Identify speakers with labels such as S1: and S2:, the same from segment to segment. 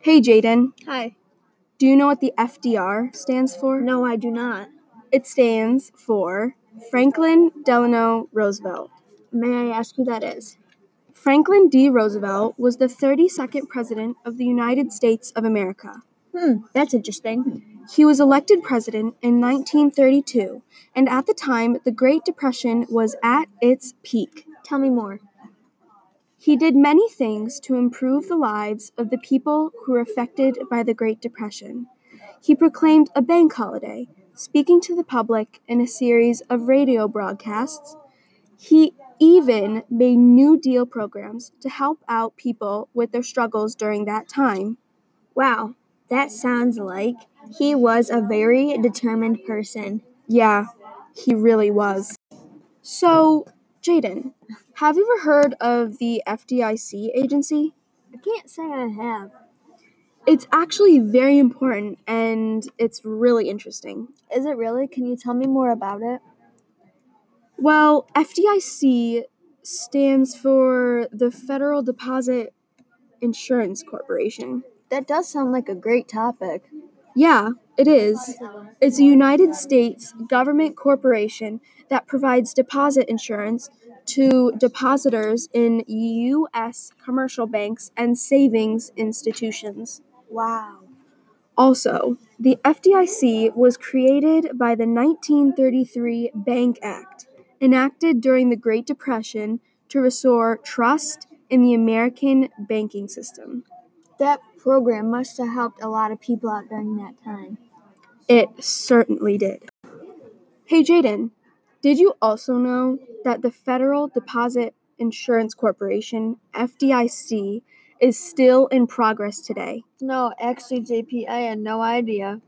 S1: Hey, Jaden.
S2: Hi.
S1: Do you know what the FDR stands for?
S2: No, I do not.
S1: It stands for Franklin Delano Roosevelt.
S2: May I ask who that is?
S1: Franklin D. Roosevelt was the 32nd President of the United States of America.
S2: Hmm, that's interesting.
S1: He was elected president in 1932, and at the time, the Great Depression was at its peak.
S2: Tell me more.
S1: He did many things to improve the lives of the people who were affected by the Great Depression. He proclaimed a bank holiday, speaking to the public in a series of radio broadcasts. He even made New Deal programs to help out people with their struggles during that time.
S2: Wow, that sounds like he was a very determined person.
S1: Yeah, he really was. So, Jaden, have you ever heard of the FDIC agency?
S2: I can't say I have.
S1: It's actually very important and it's really interesting.
S2: Is it really? Can you tell me more about it?
S1: Well, FDIC stands for the Federal Deposit Insurance Corporation.
S2: That does sound like a great topic.
S1: Yeah, it is. It's a United States government corporation that provides deposit insurance to depositors in U.S. commercial banks and savings institutions.
S2: Wow.
S1: Also, the FDIC was created by the 1933 Bank Act, enacted during the Great Depression to restore trust in the American banking system.
S2: That program must have helped a lot of people out during that time.
S1: It certainly did. Hey, Jaden, did you also know that the Federal Deposit Insurance Corporation, FDIC, is still in progress today?
S2: No, actually, JP, I had no idea.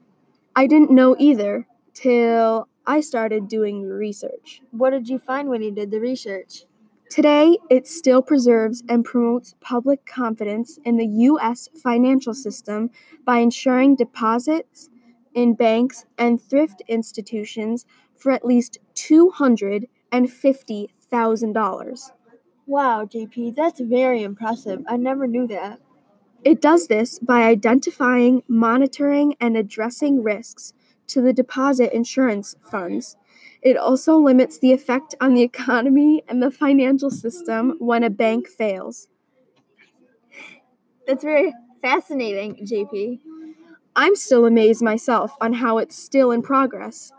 S1: I didn't know either till I started doing research.
S2: What did you find when you did the research?
S1: Today, it still preserves and promotes public confidence in the U.S. financial system by ensuring deposits in banks and thrift institutions for at least $250,000.
S2: Wow, JP, that's very impressive. I never knew that.
S1: It does this by identifying, monitoring, and addressing risks to the deposit insurance funds. It also limits the effect on the economy and the financial system when a bank fails.
S2: That's very fascinating, JP.
S1: I'm still amazed myself on how it's still in progress.